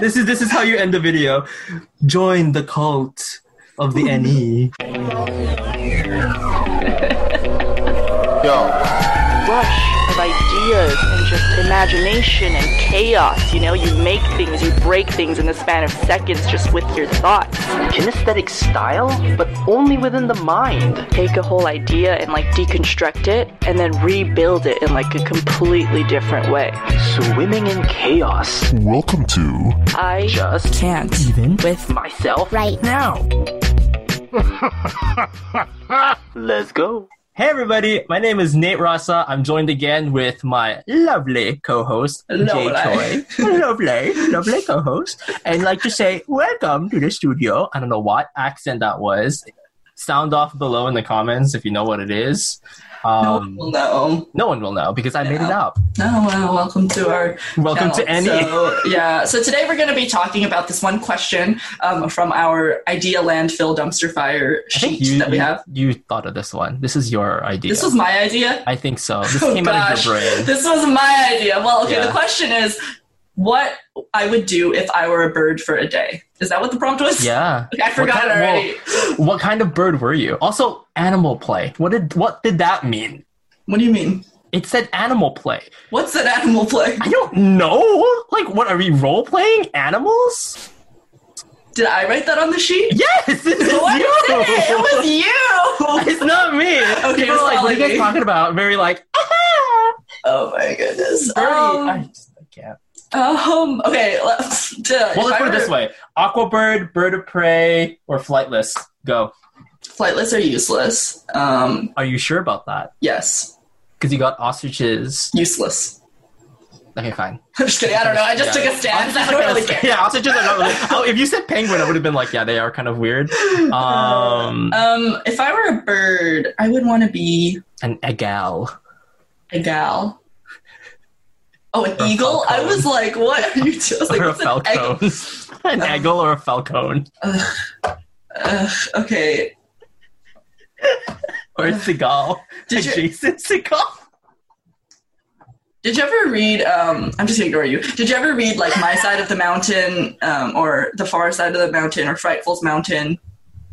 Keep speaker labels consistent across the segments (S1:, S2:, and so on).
S1: this is this is how you end the video. Join the cult of the E. NE.
S2: Yo,
S3: rush of ideas and just imagination and chaos. You know, you make things, you break things in the span of seconds just with your thoughts.
S4: Kinesthetic style, but only within the mind.
S3: Take a whole idea and like deconstruct it and then rebuild it in like a completely different way.
S4: Swimming in chaos.
S5: Welcome to
S3: I
S4: Just
S6: Can't
S1: Even
S6: with
S4: myself.
S6: right now.
S4: Let's go.
S1: hey everybody, my name is Nate Rasa. I'm joined again with my lovely co-host Jay Choi. lovely, lovely co-host. And like to say, welcome to the studio. I don't know what accent that was. Sound off below in the comments if you know what it is. Um,
S7: Well, no.
S1: no one will know because I made it
S7: Yeah.
S1: up.
S7: Oh, well, welcome to our
S1: Welcome to E.
S7: channel.
S1: any.
S7: So, yeah. So today we're going to be talking about this one question um, from our idea landfill dumpster fire
S1: I think
S7: sheet
S1: you,
S7: that we
S1: you-
S7: have.
S1: you thought of this one. This is your idea.
S7: This was my idea.
S1: I think so. This
S7: Oh,
S1: came out of
S7: gosh.
S1: your brain.
S7: This was my idea. Well, okay.
S1: Yeah.
S7: The question is, what I would do if I were a bird for a day. Is that what the prompt was?
S1: yeah.
S7: Okay, I forgot
S1: kind of-
S7: already.
S1: What kind of bird were you? Also, animal play. What did what did that mean?
S7: What do you mean?
S1: It said animal play.
S7: What's that animal play?
S1: I don't know. Like, what are we role playing animals?
S7: Did I write that on the sheet?
S1: Yes, it's
S7: What
S1: you.
S7: did it? It was you.
S1: It's not me. Okay, People
S7: it's
S1: are like,
S7: not
S1: what are you
S7: like
S1: guys
S7: me."
S1: talking about? Very like, ah,
S7: Oh my goodness.
S1: birdie.
S7: Um,
S1: I just- I can't.
S7: Um. Okay. Let's. To,
S1: Well, let's put it this way: aquabird, bird of prey, or flightless. Go.
S7: Flightless are useless. Um.
S1: Are you sure about that?
S7: Yes.
S1: Because you got ostriches.
S7: Useless.
S1: Okay, fine.
S7: I'm just kidding. I don't know. I just
S1: Yeah.
S7: took a stance. I don't really care.
S1: yeah, ostriches are not really. Oh, if you said penguin, I would have been like, yeah, they are kind of weird.
S7: Uh,
S1: Um,
S7: Um. If I were a bird, I would want to be
S1: an egal.
S7: a gal. Oh, an
S1: Or a
S7: eagle. I
S1: falcon.
S7: was like, what are you doing? I was like,
S1: or a
S7: what's an
S1: falcon.
S7: egg-
S1: An eagle or a falcon.
S7: Ugh, okay.
S1: Or Seagal.
S7: Uh, Did you-
S1: Jason Seagal.
S7: Did you ever read? Um, I'm just gonna ignore you. Did you ever read like My Side of the Mountain, um, or The Far Side of the Mountain, or Frightful's Mountain?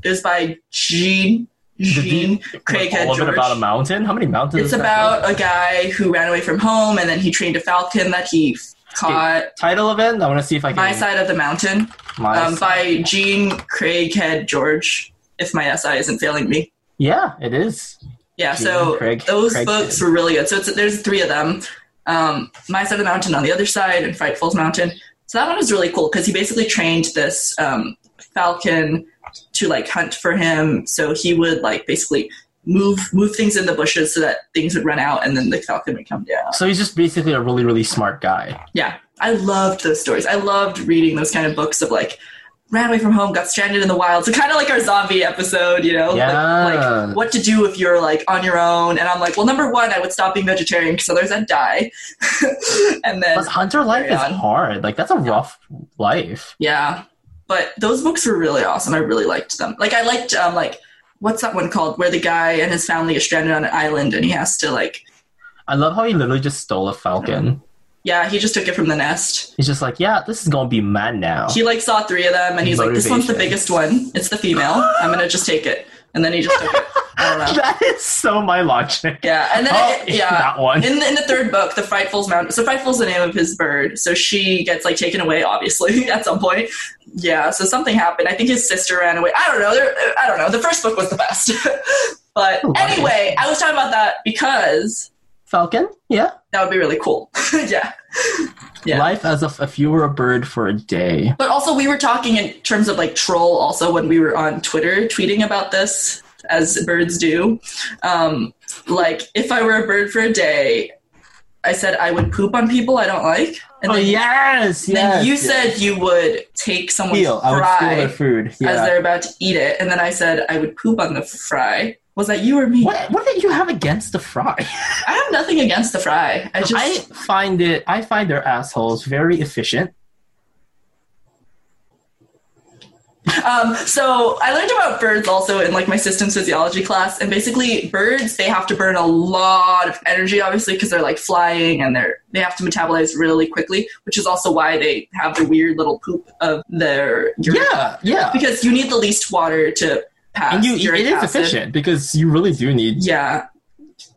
S7: It was by Jean Jean Craighead
S1: All of it
S7: George.
S1: about a mountain? How many mountains?
S7: it's
S1: is that?
S7: about a guy who ran away from home, and then he trained a falcon that he caught.
S1: title of it. I want to see if I can.
S7: My Side of the Mountain,
S1: My
S7: um,
S1: Side.
S7: by Jean Craighead George. If my SI isn't failing me.
S1: Yeah, it is.
S7: Yeah,
S1: Jean
S7: so
S1: Craig-
S7: those
S1: Craig
S7: books
S1: did.
S7: were really good. So it's, there's three of them. Um, My Side of the Mountain on the other side and Frightful's Mountain. So that one was really cool because he basically trained this um, falcon to like hunt for him. So he would like basically move move things in the bushes so that things would run out and then the falcon would come down.
S1: So he's just basically a really, really smart guy.
S7: Yeah, I loved those stories. I loved reading those kind of books of like ran away from home, got stranded in the wild. So kind of like our zombie episode, you know, Oh, Like-
S1: Yeah.
S7: like, what to do if you're like on your own. And I'm like, well, number one, I would stop being vegetarian because otherwise I'd die. and then
S1: But hunter life
S7: Carry
S1: is
S7: on.
S1: hard. Like that's a rough life.
S7: yeah, but those books were really awesome. I really liked them. Like I liked um like what's that one called where the guy and his family are stranded on an island and he has to like
S1: I love how he literally just stole a falcon.
S7: yeah he just took it from the nest.
S1: He's just like, yeah, this is gonna be mad now.
S7: He like saw three of them and he's like, this one's the
S1: Motivation.
S7: biggest one. It's the female. I'm gonna just take it. And then he just took it. I don't know.
S1: that is so my logic.
S7: Yeah, and then
S1: Oh,
S7: it- yeah,
S1: that one.
S7: In the, in the third book, the Frightful's Mountain. So Frightful's the name of his bird. So she gets like taken away, obviously, at some point. Yeah. So something happened. I think his sister ran away. I don't know. There- I don't know. The first book was the best. but
S1: Oh, wow.
S7: anyway, I was talking about that because
S1: Falcon? Yeah.
S7: that would be really cool. yeah. Yeah.
S1: Life as if, if you were a bird for a day.
S7: But also, we were talking in terms of like troll. Also, when we were on Twitter tweeting about this, as birds do, um, like if I were a bird for a day, I said I would poop on people I don't like. And
S1: oh
S7: then,
S1: yes,
S7: and
S1: yes,
S7: then you
S1: yes.
S7: said you would take someone's
S1: steal. I would steal
S7: fry
S1: their food. Yeah.
S7: as they're about to eat it, and then I said I would poop on the fry. Was that you or me?
S1: What what did you have against the fry?
S7: I have nothing against the fry. I just
S1: I find it I find their assholes very efficient.
S7: Um, so I learned about birds also in like my systems physiology class, and basically birds they have to burn a lot of energy, obviously, because they're like flying and they're they have to metabolize really quickly, which is also why they have the weird little poop of their urine.
S1: Yeah, yeah.
S7: because you need the least water to pass.
S1: And you,
S7: uric
S1: it is
S7: acid.
S1: efficient because you really do need
S7: Yeah,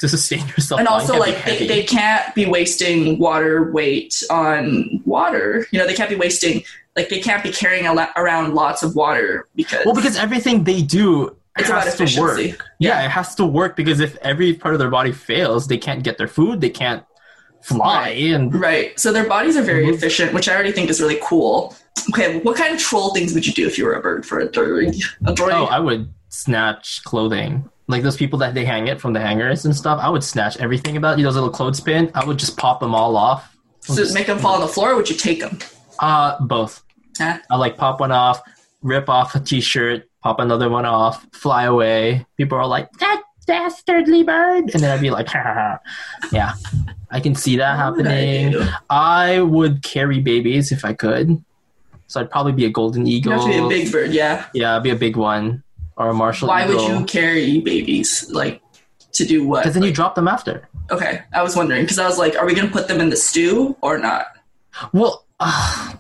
S1: to sustain yourself.
S7: and
S1: flying
S7: also
S1: heavy,
S7: like they,
S1: heavy.
S7: they can't be wasting water weight on water you know they can't be wasting like they can't be carrying a lo- around lots of water because
S1: well, because everything they do
S7: It's about
S1: has to work.
S7: efficiency.
S1: Yeah. it has to work because if every part of their body fails, they can't get their food, they can't fly, and
S7: right so their bodies are very
S1: Mhm.
S7: efficient which i already think is really cool okay what kind of troll things would you do if you were a bird for a droid a droid
S1: oh, I would snatch clothing. Like those people that they hang it from the hangers and stuff, I would snatch everything about you. Those little clothespin, I would just pop them all off.
S7: so make them fall on the floor or would you take them
S1: Uh, both.
S7: Huh?
S1: I like pop one off, rip off a t-shirt, pop another one off, fly away. People are like, that dastardly bird. And then I'd be like, "Ha, ha, ha." yeah, I can see that
S7: What would I
S1: happening.
S7: do?
S1: I would carry babies if I could. So I'd probably be a golden
S7: you
S1: eagle.
S7: have to be a big bird yeah
S1: yeah, I'd be a big one or a marshal
S7: why would
S1: eagle.
S7: you carry babies like to do what
S1: Because then you drop them after.
S7: okay i was wondering because i was like are we gonna put them in the stew or not
S1: Well, uh,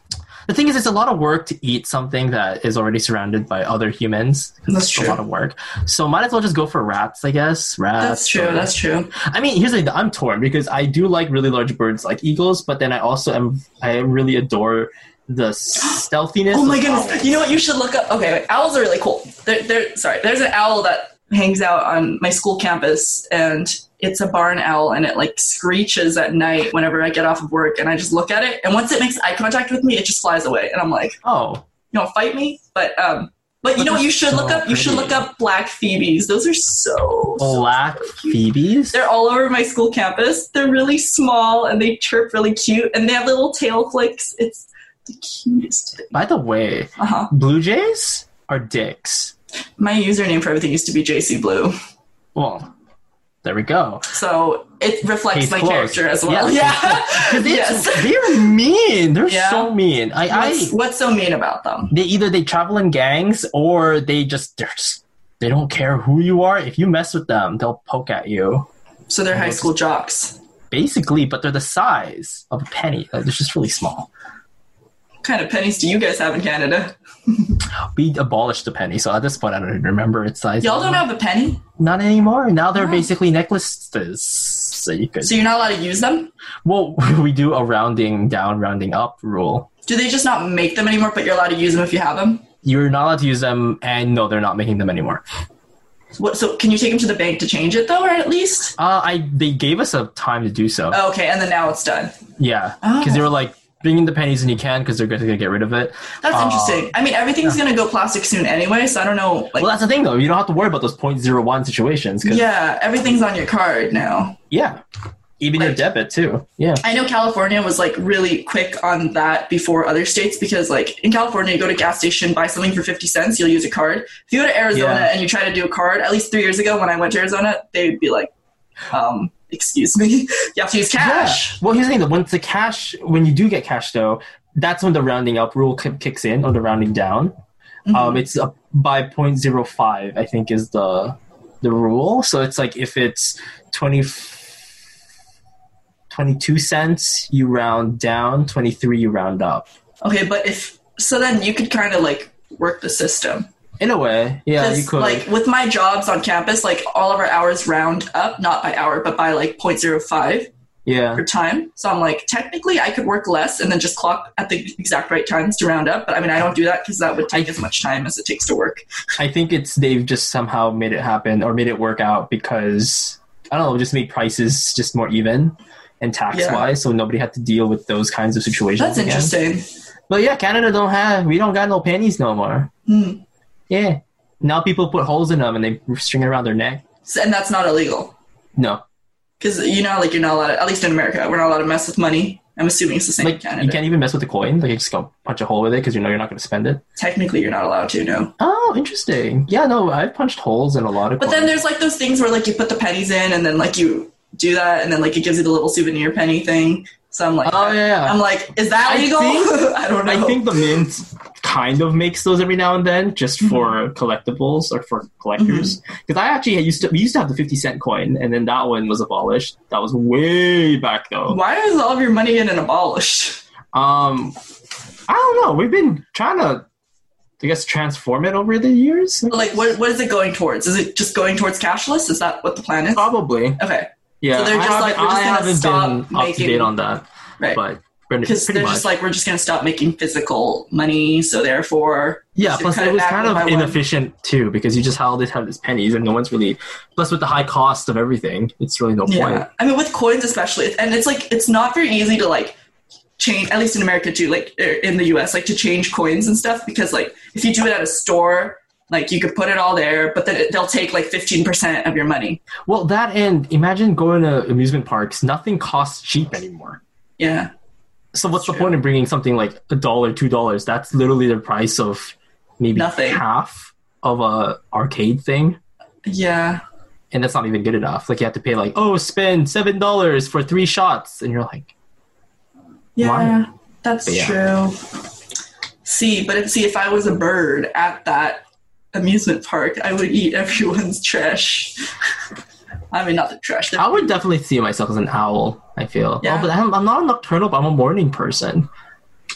S1: the thing is, it's a lot of work to eat something that is already surrounded by other humans.
S7: That's
S1: a
S7: true.
S1: lot of work. So might as well just go for rats, I guess. Rats.
S7: That's true.
S1: or-
S7: That's true.
S1: I mean, here's the thing. I'm torn because I do like really large birds like eagles, but then I also am I really adore the stealthiness.
S7: Oh my
S1: of
S7: goodness!
S1: owls.
S7: You know what? You should look up. Okay, wait, owls are really cool. They're, they're sorry. There's an owl that hangs out on my school campus, and it's a barn owl, and it like screeches at night whenever I get off of work, and I just look at it, and once it makes eye contact with me, it just flies away, and I'm like,
S1: Oh,
S7: you don't fight me, but um. But you
S1: But
S7: know what
S1: they're
S7: you should
S1: so
S7: look up? You should look
S1: pretty.
S7: up black phoebes. Those are so,
S1: Oh.
S7: so
S1: black phoebes.
S7: They're all over my school campus. They're really small and they chirp really cute and they have little tail flicks. It's the cutest thing.
S1: By the way,
S7: Uh huh.
S1: blue jays are dicks.
S7: My username for everything used to be JC Blue.
S1: Well, there we go.
S7: So it reflects
S1: Case
S7: my
S1: closed.
S7: character as well.
S1: Yeah,
S7: Yeah.
S1: 'Cause they-
S7: yes.
S1: They're mean. They're
S7: Yeah.
S1: so mean. I,
S7: What's,
S1: I
S7: what's so mean about them?
S1: they either they travel in gangs or they just they're just they don't care who you are. If you mess with them, they'll poke at you.
S7: So they're high school jocks.
S1: Basically, but they're the size of a penny. Uh, They're just really small.
S7: What kind of pennies do you guys have in Canada?
S1: We abolished the penny, so at this point, I don't even remember its size.
S7: Y'all don't have a penny,
S1: Not anymore. Now they're
S7: No.
S1: basically necklaces. So you could.
S7: so you're not allowed to use them.
S1: well, we do a rounding down, rounding up rule.
S7: Do they just not make them anymore? But you're allowed to use them if you have them.
S1: You're not allowed to use them, and no, they're not making them anymore.
S7: What, so can you take them to the bank to change it though, or at least?
S1: Uh, I they gave us a time to do so.
S7: Okay, and then now it's done.
S1: Yeah, because they were like bringing the pennies and you can because they're going to get rid of it.
S7: That's
S1: Uh,
S7: interesting. I mean, everything's gonna go plastic soon anyway, so I don't know. Like,
S1: Well, that's the thing though. You don't have to worry about those 0.01 situations. 'cause-
S7: yeah, everything's on your card now.
S1: yeah, even your
S7: Right.
S1: debit too. Yeah.
S7: I know California was like really quick on that before other states because, like, in California, you go to a gas station, buy something for fifty cents, you'll use a card. If you go to Arizona
S1: Yeah.
S7: and you try to do a card, at least three years ago when I went to Arizona, they'd be like, um, "Excuse me, you have to use cash."
S1: Yeah. Well, here's the thing though. Once the cash, when you do get cash though, that's when the rounding up rule ki- kicks in or the rounding down.
S7: Mm-hmm.
S1: Um, it's up by 0.05, I think, is the the rule. So it's like if it's 20, 22 cents, you round down. 23, you round up.
S7: Okay, but if so, then you could kind of like work the system.
S1: In a way, yeah, you
S7: Because
S1: could.
S7: like with my jobs on campus, like all of our hours round up, not by hour, but by like 0.05
S1: yeah.
S7: per time. So I'm like, technically, I could work less and then just clock at the exact right times to round up. But I mean, I don't do that because that would take as much time as it takes to work.
S1: I think it's they've just somehow made it happen or made it work out because I don't know, just made prices just more even and tax wise, so nobody had to deal with those kinds of situations.
S7: That's
S1: again.
S7: interesting.
S1: But yeah, Canada don't have we don't got no panties no more.
S7: Hmm.
S1: Yeah, now people put holes in them and they string it around their neck.
S7: So- And that's not illegal
S1: No,
S7: because you know, like you're not allowed, at least in America, we're not allowed to mess with money. I'm assuming it's the same in
S1: like
S7: Canada.
S1: you can't even mess with the coin. Like you just go punch a hole with it because you know you're not going to spend it.
S7: Technically, you're not allowed to, no.
S1: Oh, interesting. Yeah, no, I've punched holes in a lot of.
S7: But
S1: coins.
S7: then there's like those things where like you put the pennies in and then like you do that and then like it gives you the little souvenir penny thing. So I'm like,
S1: Oh yeah, yeah.
S7: I'm like, is that
S1: I
S7: legal? I,
S1: think-
S7: don't know.
S1: I think the mint kind of makes those every now and then, just
S7: Mm-hmm.
S1: for collectibles or for collectors. Because I actually used to we used to have the fifty cent coin, and then that one was abolished. That was way back though.
S7: Why is all of your money in an abolish?
S1: Um, I don't know. We've been trying to, I guess, transform it over the years.
S7: Like, what, what is it going towards? Is it just going towards cashless? Is that what the plan is?
S1: Probably.
S7: Okay,
S1: Yeah.
S7: So they're
S1: I
S7: just like,
S1: haven't,
S7: we're just
S1: I
S7: gonna
S1: haven't
S7: stop
S1: been up to
S7: making-
S1: date on that,
S7: right.
S1: but pretty,
S7: Because
S1: pretty
S7: they're
S1: much.
S7: just like, we're just going to stop making physical money, so therefore.
S1: yeah.
S7: to
S1: Plus,
S7: cut
S1: it
S7: it
S1: was
S7: back
S1: kind
S7: one by
S1: of
S7: one.
S1: inefficient too because you just all this have these pennies, and no one's really. Plus, with the high cost of everything, it's really no point.
S7: I mean, with coins especially, it's- and it's like, it's not very easy to like change, at least in America too, like er, in the US, like to change coins and stuff, because like if you do it at a store, like you could put it all there, but then it, they'll take like 15% of your money.
S1: Well, that and imagine going to amusement parks. Nothing costs cheap anymore.
S7: Yeah.
S1: So what's the
S7: True.
S1: point of bringing something like a dollar, two dollars? That's literally the price of maybe
S7: Nothing.
S1: half of a arcade thing,
S7: Yeah.
S1: and that's not even good enough. Like you have to pay like oh, spend seven dollars for three shots, and you're like,
S7: Yeah. That's
S1: But
S7: true. See, but if, see, if I was a bird at that amusement park, I would eat everyone's trash. I mean, not the trash. the-
S1: I would definitely see myself as an owl. I feel,
S7: Yeah.
S1: oh, but I'm, I'm not a nocturnal, but I'm a morning person.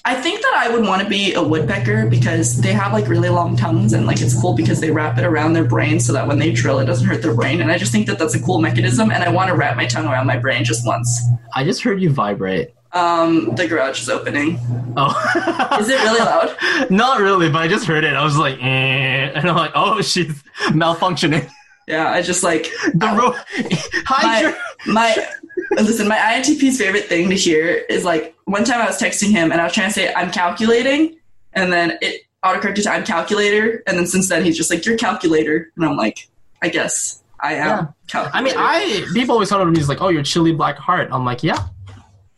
S7: I think that I would want to be a woodpecker because they have like really long tongues and like it's cool because they wrap it around their brain so that when they drill, it doesn't hurt their brain. And I just think that that's a cool mechanism. And I want to wrap my tongue around my brain just once.
S1: I just heard you vibrate.
S7: Um, the garage is opening.
S1: Oh,
S7: Is it really loud?
S1: Not really, but I just heard it. I was like, eh. and I'm like, oh, she's malfunctioning.
S7: Yeah, I just like
S1: The ro- hide your
S7: my, my listen, my INTP's favorite thing to hear is like one time I was texting him and I was trying to say I'm calculating, and then it autocorrected to I'm calculator, and then since then he's just like you're calculator, and I'm like I guess I am.
S1: Yeah. I mean,
S7: calculator."
S1: I people always thought of me as like, oh, you're chilly black heart. I'm like, yeah,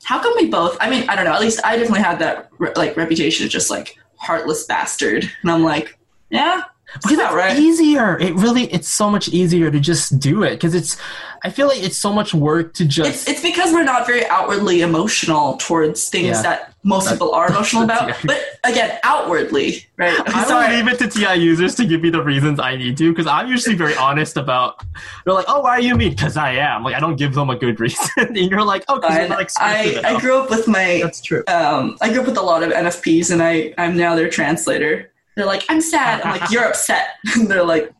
S7: how come we both? I mean, I don't know. At least I definitely had that re- like reputation of just like heartless bastard, and I'm like yeah,
S1: because
S7: about
S1: it's
S7: right.
S1: easier. It really, it's so much easier to just do it because it's. I feel like it's so much work to
S7: It's,
S1: just.
S7: it's because we're not very outwardly emotional towards things
S1: Yeah.
S7: that most people are emotional about.
S1: yeah.
S7: But again, outwardly, right? I'm
S1: I
S7: sorry.
S1: don't leave it to TI users to give me the reasons I need to because I'm usually very honest about. They're like, oh, why are you mean? Because I am. Like, I don't give them a good reason, and you're like, oh, because you're
S7: Fine.
S1: not
S7: I,
S1: expressive
S7: I
S1: enough.
S7: grew up with my
S1: That's true.
S7: um, I grew up with a lot of NFPs, and I I'm now their translator. They're like, I'm sad. I'm like, you're upset. And they're like,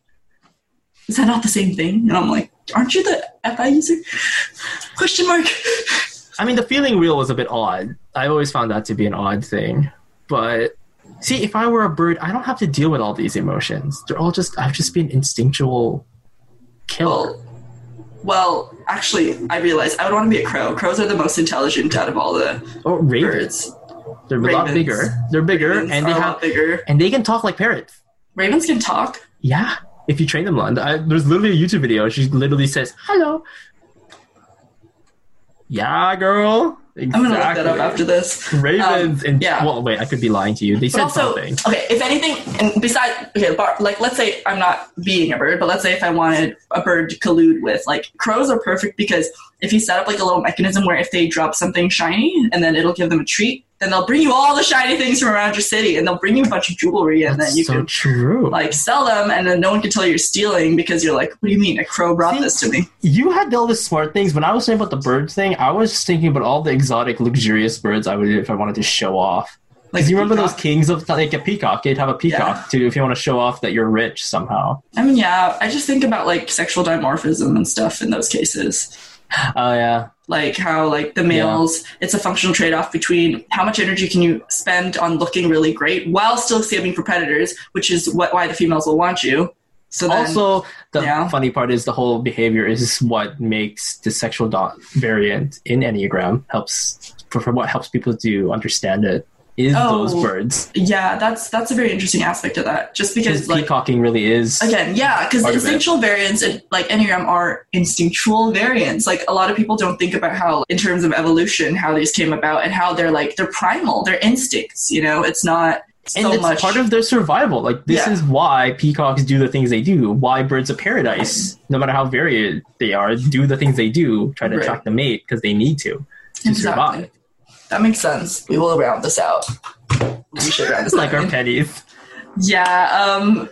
S7: is that not the same thing? And I'm like, aren't you the FI user? Question mark.
S1: I mean, the feeling wheel was a bit odd. I always found that to be an odd thing. But see, if I were a bird, I don't have to deal with all these emotions. They're all just, I've just been instinctual killer.
S7: Well, well, actually, I realized I would want to be a crow. Crows are the most intelligent out of all the
S1: or ravens.
S7: birds.
S1: They're a lot
S7: Ravens.
S1: bigger. They're bigger
S7: Ravens
S1: and they
S7: are a
S1: have,
S7: lot bigger.
S1: and they can talk like parrots.
S7: Ravens can talk.
S1: Yeah. If you train them, on I, there's literally a YouTube video. She literally says, hello. Yeah, girl.
S7: I'm
S1: Exactly.
S7: gonna look that up after this.
S1: Ravens
S7: Um,
S1: and
S7: yeah.
S1: well, wait, I could be lying to you. They
S7: But
S1: said
S7: also,
S1: something.
S7: okay, if anything, and besides, okay, bar, like let's say I'm not being a bird, but let's say if I wanted a bird to collude with, like crows are perfect because if you set up like a little mechanism where if they drop something shiny and then it'll give them a treat, then they'll bring you all the shiny things from around your city and they'll bring you a bunch of jewelry and
S1: That's
S7: then you
S1: so
S7: can
S1: true.
S7: like sell them and then no one can tell you're stealing because you're like, what do you mean? A crow brought
S1: See?
S7: this to me.
S1: you had all the smart things. When I was saying about the bird thing, I was thinking about all the exotic, luxurious birds I would if I wanted to show off.
S7: Like
S1: Like, you remember those
S7: peacock.
S1: kings of like a peacock? You'd have a peacock too if you want to show off that you're rich somehow.
S7: I mean, yeah, I just think about like sexual dimorphism and stuff in those cases.
S1: Oh yeah,
S7: like how like the males it's a functional trade-off between how much energy can you spend on looking really great while still saving for predators which is what why the females will want you so then,
S1: also, the
S7: Yeah.
S1: funny part is the whole behavior is what makes the sexual dot variant in Enneagram helps for, for what helps people to understand it is
S7: Oh.
S1: those birds
S7: yeah that's that's a very interesting aspect of that just because
S1: because
S7: like
S1: peacocking really is
S7: again yeah because
S1: Part of it.
S7: instinctual variants and like enneagram are instinctual variants like a lot of people don't think about how in terms of evolution how these came about and how they're like they're primal they're instincts you know it's not
S1: and
S7: so
S1: it's
S7: much
S1: part of their survival. Like this
S7: Yeah.
S1: is why peacocks do the things they do. Why birds of paradise, no matter how varied they are, do the things they do, try to
S7: Right.
S1: attract the mate because they need to to
S7: Exactly.
S1: survive.
S7: That makes sense. We will round this out. we should round
S1: It's
S7: this
S1: like
S7: up.
S1: our pennies.
S7: Yeah. Um,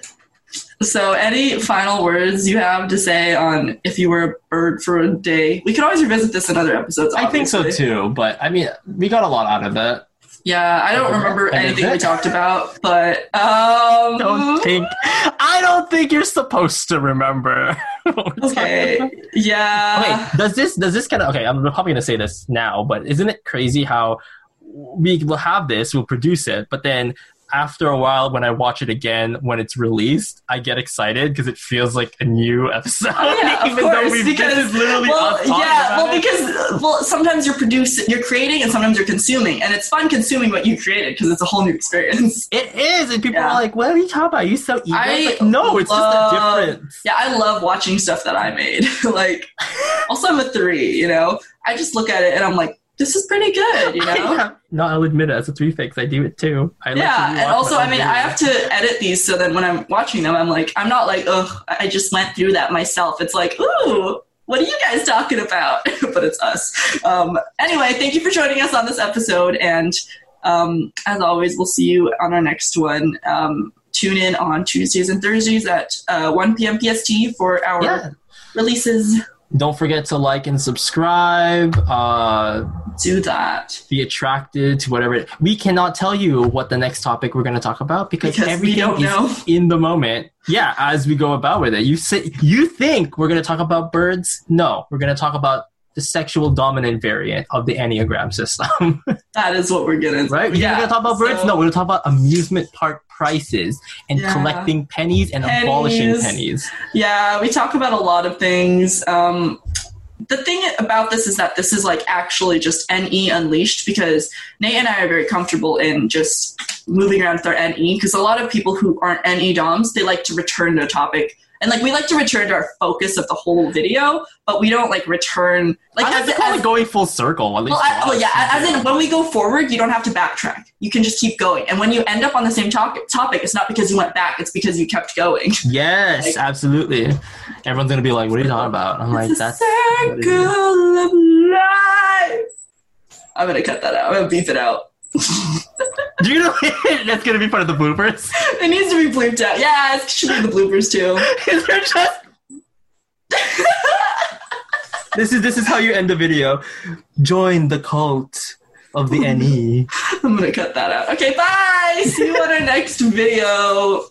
S7: so, any final words you have to say on if you were a bird for a day? We can always revisit this in other episodes.
S1: I think so
S7: obviously.
S1: too, but I mean, we got a lot out of it.
S7: Yeah, I don't
S1: Okay.
S7: remember
S1: And is
S7: anything we
S1: it?
S7: talked about, but um,
S1: Don't think. I don't think you're supposed to remember. what we're talking
S7: okay,
S1: about.
S7: yeah, Uh,
S1: Okay. Does this does this kind of okay? I'm probably gonna say this now, but isn't it crazy how we will have this, we'll produce it, but then after a while, when I watch it again when it's released, I get excited because it feels like a new episode,
S7: Oh, yeah, of
S1: even though
S7: course,
S1: we've
S7: because
S1: this is literally
S7: well,
S1: us talking
S7: yeah,
S1: about
S7: well,
S1: it.
S7: because uh, well, sometimes you're producing, you're creating, and sometimes you're consuming, and it's fun consuming what you created because it's a whole new experience.
S1: It is, and people
S7: Yeah.
S1: are like, "What are you talking about? Are you so eager?"
S7: I
S1: It's like, no, it's
S7: love-
S1: just a difference.
S7: Yeah, I love watching stuff that I made. like, also I'm a three, you know. I just look at it and I'm like, this is pretty good, you know.
S1: Yeah. No, I'll admit it. As a three fix, I do it too. I
S7: yeah,
S1: like to
S7: and
S1: rewatch
S7: also
S1: my
S7: I
S1: own
S7: mean I
S1: videos.
S7: have to edit these so then when I'm watching them I'm like I'm not like ugh I just went through that myself. It's like ooh what are you guys talking about? but it's us. Um, anyway, thank you for joining us on this episode, and um, as always, we'll see you on our next one. Um, tune in on Tuesdays and Thursdays at uh, 1 p.m. PST for our
S1: Yeah.
S7: releases.
S1: Don't forget to like and subscribe. Uh,
S7: Do that.
S1: be attracted to whatever. It, we cannot tell you what the next topic we're going to talk about because,
S7: Because we
S1: everything
S7: don't
S1: is
S7: know.
S1: in the moment. Yeah, as we go about with it, you say you think we're going to talk about birds. No, we're going to talk about the sexual dominant variant of the enneagram system.
S7: That is what we're gonna
S1: right? We're
S7: Yeah.
S1: gonna talk about birds.
S7: so-
S1: no, we're gonna talk about amusement park prices and
S7: Yeah.
S1: collecting pennies and
S7: Pennies.
S1: abolishing pennies.
S7: Yeah, we talk about a lot of things. Um, the thing about this is that this is like actually just NE unleashed because Nate and I are very comfortable in just moving around with our NE because a lot of people who aren't NE DOMs they like to return to a topic. And like we like to return to our focus of the whole video, but we don't like return like
S1: I
S7: as,
S1: like to call
S7: as-
S1: it going full circle. At least
S7: well, I,
S1: for
S7: well,
S1: us.
S7: yeah. As in, when we go forward, you don't have to backtrack. You can just keep going. And when you end up on the same topic, topic, it's not because you went back; it's because you kept going.
S1: Yes,
S7: Like-
S1: absolutely. Everyone's gonna be like, "What are you talking about?" I'm like,
S7: it's
S1: "That's
S7: a
S1: what it is."
S7: circle of life. I'm gonna cut that out. I'm gonna beep it out.
S1: Do you know that's gonna be part of the bloopers?
S7: It needs to be blooped out. Yeah, it should be in the bloopers too.
S1: They're just- this is this is how you end the video. Join the cult of the E. NE.
S7: I'm gonna cut that out. Okay, bye. See you on our next video.